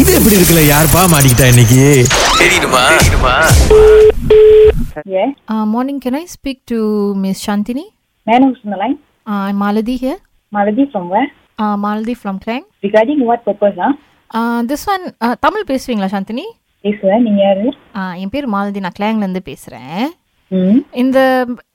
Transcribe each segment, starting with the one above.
இது எப்படி இருக்குல்ல யாருப்பா மாட்டிக்கிட்டா இன்னைக்கு Yes, Uh, morning, can I speak to Miss Shantini? man who's on the line? Uh, I'm Maladi here. Maladi from where? Uh, Maladi from Klang. Regarding what purpose, huh? Uh, this one, uh, Tamil பேசுவீங்களா சாந்தினி பேசுவேன் நீங்க யாரு Uh, என் பேர் மாலதி நான் கிளாங்லேருந்து பேசுகிறேன் ம் இந்த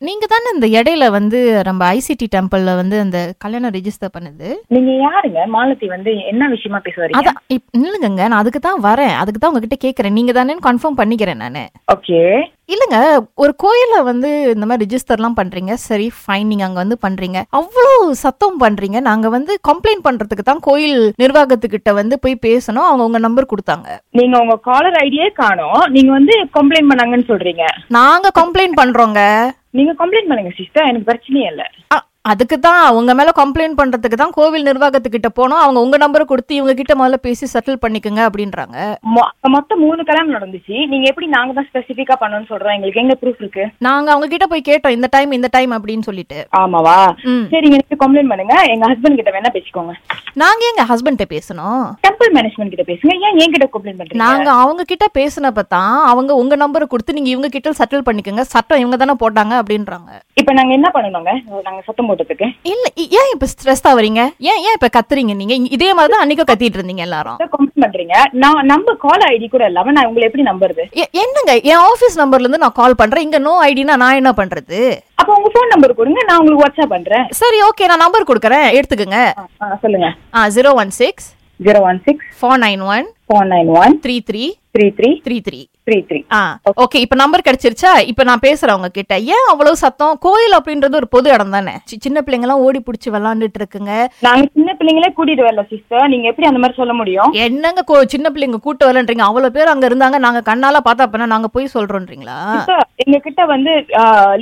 நீங்கள் தானே இந்த இடையில வந்து நம்ம ஐசிடி டெம்பிளில் வந்து அந்த கல்யாணம் ரெஜிஸ்டர் பண்ணுது நீங்க யாருங்க மாலதி வந்து என்ன விஷயமா பேச வரீங்க அதான் இப் இல்லைங்க நான் அதுக்கு தான் வரேன் அதுக்கு தான் உங்ககிட்ட கேட்குறேன் நீங்கள் தானேன்னு கன்ஃபார்ம் பண்ணிக்கிறேன் நான் ஓகே இல்லைங்க ஒரு கோயில்ல வந்து இந்த மாதிரி ரிஜிஸ்டர்லாம் பண்றீங்க சரி ஃபைன் நீங்க அங்க வந்து பண்றீங்க அவ்வளோ சத்தம் பண்றீங்க நாங்க வந்து கம்ப்ளைண்ட் பண்றதுக்கு தான் கோயில் நிர்வாகத்துக்கிட்ட வந்து போய் பேசணும் அவங்க உங்க நம்பர் கொடுத்தாங்க நீங்க உங்க காலர் ஐடியே காணோம் நீங்க வந்து கம்ப்ளைண்ட் பண்ணாங்கன்னு சொல்றீங்க நாங்க கம்ப்ளைண்ட் பண்றோங்க நீங்க கம்ப்ளைண்ட் பண்ணுங்க சிஸ்டர் எனக்கு பிரச்சனையே இல்ல அ- அதுக்கு தான் உங்க மேல கம்ப்ளைண்ட் பண்றதுக்கு தான் கோவில் நிர்வாகத்துக்கிட்ட போனோம் அவங்க உங்க நம்பர் கொடுத்து இவங்க கிட்ட முதல்ல பேசி செட்டில் பண்ணிக்கோங்க அப்படின்றாங்க மொ- மொத்தம் மூணு கல்யாணம் நடந்துச்சு நீங்க எப்படி நாங்க தான் ஸ்பெசிபிக்கா பண்ணணும்னு சொல்றோம் எங்களுக்கு எங்க ப்ரூஃப் இருக்கு நாங்க அவங்க கிட்ட போய் கேட்டோம் இந்த டைம் இந்த டைம் அப்படின்னு சொல்லிட்டு ஆமாவா ம். சரிங்க எனக்கு கம்ப்ளைண்ட் பண்ணுங்க எங்க ஹஸ்பண்ட் கிட்ட வேணா பேசிக்கோங்க நாங்க எங்க ஹஸ்பண்ட்ட பேசணும் டெம்பிள் மேனேஜ்மெண்ட் கிட்ட பேசுங்க ஏன் என்கிட்ட கம்ப்ளைண்ட் பண்றீங்க நாங்க அவங்க கிட்ட பேசினப்ப தான் அவங்க உங்க நம்பரை கொடுத்து நீங்க இவங்க கிட்ட சட்டில் பண்ணிக்கோங்க சட்டம் இவங்க தானே போட்டாங்க அப்படின்றாங்க இப்ப நாங்க என்ன பண்ணணுங்க நாங்க சத்தம் போட்டதுக்கு இல்ல இ- ஏன் இப்ப ஸ்ட்ரெஸ் ஆவறீங்க ஏன் ஏன் இப்ப கத்துறீங்க நீங்க இ- இதே மாதிரி தான் அன்னைக்கு கத்திட்டு இருந்தீங்க எல்லாரும் கமெண்ட் பண்றீங்க நான் நம்ம கால் ஐடி கூட இல்லாம நான் உங்களை எப்படி நம்புறது எ- என்னங்க என் ஆபீஸ் நம்பர்ல இருந்து நான் கால் பண்றேன் இங்க நோ ஐடினா நான் என்ன பண்றது அப்ப உங்க ஃபோன் நம்பர் கொடுங்க நான் உங்களுக்கு வாட்ஸ்அப் பண்றேன் சரி ஓகே நான் நம்பர் கொடுக்கறேன் எடுத்துக்கங்க ஆ, ஆ, சொல்லுங்க ஆ zero one six zero one six four nine one four nine one three three three three three three three three ஆ ஓகே இப்ப நம்பர் கிடைச்சிருச்சா இப்ப நான் பேசுறேன் அவங்க கிட்ட ஏன் அவ்வளவு சத்தம் கோயில் அப்படின்றது ஒரு பொது இடம் தானே சி- சின்ன பிள்ளைங்க எல்லாம் ஓடி புடிச்சு விளாண்டுட்டு இருக்குங்க நாங்க சின்ன பிள்ளைங்களே கூட்டிட்டு வரல சிஸ்டர் நீங்க எப்படி அந்த மாதிரி சொல்ல முடியும் என்னங்க கோ சின்ன பிள்ளைங்க கூட்ட வரலன்றீங்க அவ்வளவு பேர் அங்க இருந்தாங்க நாங்க கண்ணால பார்த்தா அப்பனா நாங்க போய் சொல்றோம்ன்றீங்களா Sister, எங்க கிட்ட வந்து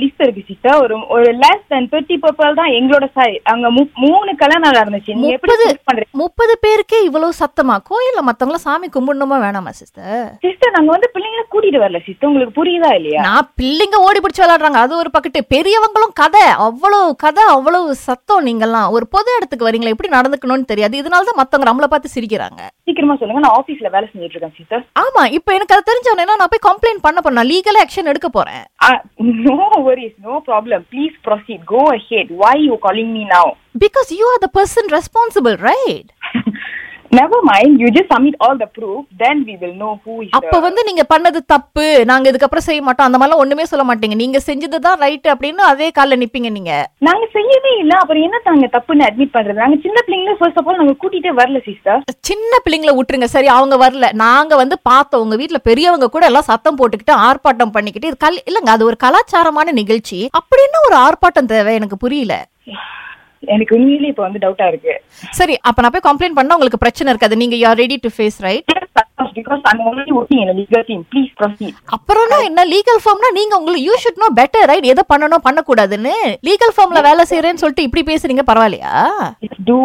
லிஸ்ட் இருக்கு சிஸ்டர் ஒரு ஒரு லெஸ் தென் தேர்ட்டி பர்பல் தான் எங்களோட சை அங்க மு- மூணு கல்யாணம் இருந்துச்சு நீங்க எப்படி முப்பது- choose பண்றீங்க முப்பது பேருக்கே இவ்வளவு சத்தமா கோயில்ல மத்தவங்கள சாமி கும்பிடணுமா வேணாமா சிஸ்டர் சிஸ்டர் நாங்க வந்து பிள்ளைங்கள கூட்டிட்டு வரல சிஸ்டர் உங்களுக்கு புரியுதா இல்லையா நான் பிள்ளைங்க ஓடி பிடிச்சு விளையாடுறாங்க அது ஒரு பக்கெட்டு பெரியவங்களும் கதை அவ்வளவு கதை அவ்வளவு சத்தம் நீங்கெல்லாம் ஒரு பொது இடத்துக்கு வரீங்களா எப்படி நடந்துக்கணும்னு தெரியாது இதனால தான் மத்தவங்க நம்மள பார்த்து சிரிக்கிறாங்க சீக்கிரமா சொல்லுங்க நான் ஆபீஸ்ல வேலை செஞ்சுட்டு இருக்கேன் சிஸ்டர் ஆமா இப்போ எனக்கு அது தெரிஞ்சவனே நான் போய் கம்ப்ளைண்ட் பண்ண போறேன் லீகல் ஆக்ஷன் எடுக்க போறேன் Uh, no worries, no problem. Please proceed. Go ahead. Why you calling me now? Because you are the person responsible right Never mind. You just submit all the proof. Then we will know who is அப்ப the. வந்து நீங்க பண்ணது தப்பு நாங்க இதுக்கப்புறம் செய்ய மாட்டோம் அந்த மாதிரிலாம் ஒண்ணுமே சொல்ல மாட்டீங்க நீங்க செஞ்சதுதான் ரைட் அப்படின்னு அதே கால்ல நிப்பீங்க நீங்க நாங்க செய்யவே இல்ல அப்புறம் என்ன தாங்க தப்புன்னு அட்மிட் பண்றது நாங்க சின்ன பிள்ளைங்கள ஃபர்ஸ்ட் ஆஃப் ஆல் நாங்க கூட்டிட்டே வரல சிஸ்டர் சின்ன பிள்ளைங்கள விட்டுருங்க சரி அவங்க வரல நாங்க வந்து பார்த்தோம் உங்க வீட்ல பெரியவங்க கூட எல்லாம் சத்தம் போட்டுக்கிட்டு ஆர்ப்பாட்டம் பண்ணிக்கிட்டு இது கல் இல்லங்க அது ஒரு கலாச்சாரமான நிகழ்ச்சி அப்படின்னு ஒரு ஆர்ப்பாட்டம் தேவை எனக்கு புரியல எனக்கு உண்மையிலேயே இப்ப வந்து டவுட்டா இருக்கு சரி அப்ப நான் போய் கம்ப்ளைண்ட் பண்ணா உங்களுக்கு பிரச்சனை இருக்காது நீங்க you ready to face right because I'm already working in a legal team. Please proceed. அப்புறம்னா என்ன லீகல் ஃபார்ம்னா நீங்க உங்களுக்கு you should know better right எதை பண்ணணும் பண்ணக்கூடாதுன்னு லீகல் ஃபார்ம்ல வேலை செய்யறேன்னு சொல்லிட்டு இப்படி பேசுறீங்க பரவாயில்லையா Just do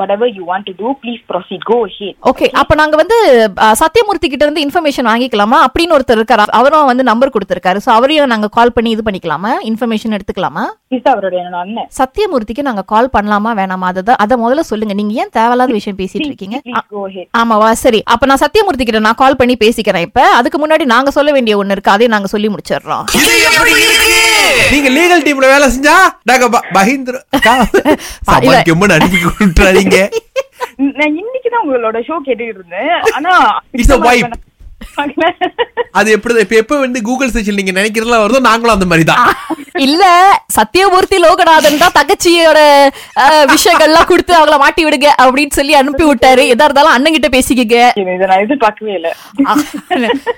whatever you want to do. Please proceed. Go ahead. Okay அப்ப நாங்க வந்து அ, சத்யமூர்த்தி கிட்ட இருந்து இன்ஃபர்மேஷன் வாங்கிக்கலாமா அப்படின்னு ஒருத்தர் இருக்காரு அவரும் வந்து நம்பர் கொடுத்திருக்காரு சோ அவரையும் நாங்க கால் பண்ணி இது பண்ணிக்கலாமா இன்ஃபர்மேஷன் எடுத்துக்கலாமா சிஸ்டர் அவருடைய என்னோட அண்ணன் சத்யமூர்த்திக்கு நாங்க கால் பண்ணலாமா வேணாமா அதை அதை முதல்ல சொல்லுங்க நீங்க ஏன் தேவையில்லாத விஷயம் பேசிட்டு இருக்கீங்க Please go ahead. ஆமாவா சரி அப்ப நான் சத்யமூர்த்தி கிட்ட நான் கால் பண்ணி பேசிக்கிறேன் இப்ப அதுக்கு முன்னாடி நாங்க சொல்ல வேண்டிய ஒண்ணு இருக்கு அதையும் நாங்க சொல்லி முடிச்சிடுறோம் இது எப்படி இருக்கு நீங்க லீகல் டீம்ல வேலை செஞ்சா நாங்க மஹிந்திர சமாளிக்கும் அனுப்பி கொடுத்துறாதீங்க நான் இன்னைக்கு தான் உங்களோட ஷோ கேட்டுட்டு இருந்தேன் ஆனா It's a vibe. பாக்கல. அது எப்படி இப்ப எப்ப வந்து கூகுள் சர்ச்சில் நீங்க நினைக்கிறதுலாம் வருதோ நாங்களும் அந்த மாதிரி தான் இல்ல சத்யமூர்த்தி லோகநாதன் தான் தங்கச்சியோட அஹ், விஷயங்கள்லாம் கொடுத்து அவங்கள மாட்டி விடுங்க அப்படின்னு சொல்லி அனுப்பி விட்டாரு எதா இருந்தாலும் அண்ணன் கிட்ட பேசிக்கங்க இதை நான் எதிர்பார்க்கவே இல்லை அஹ்,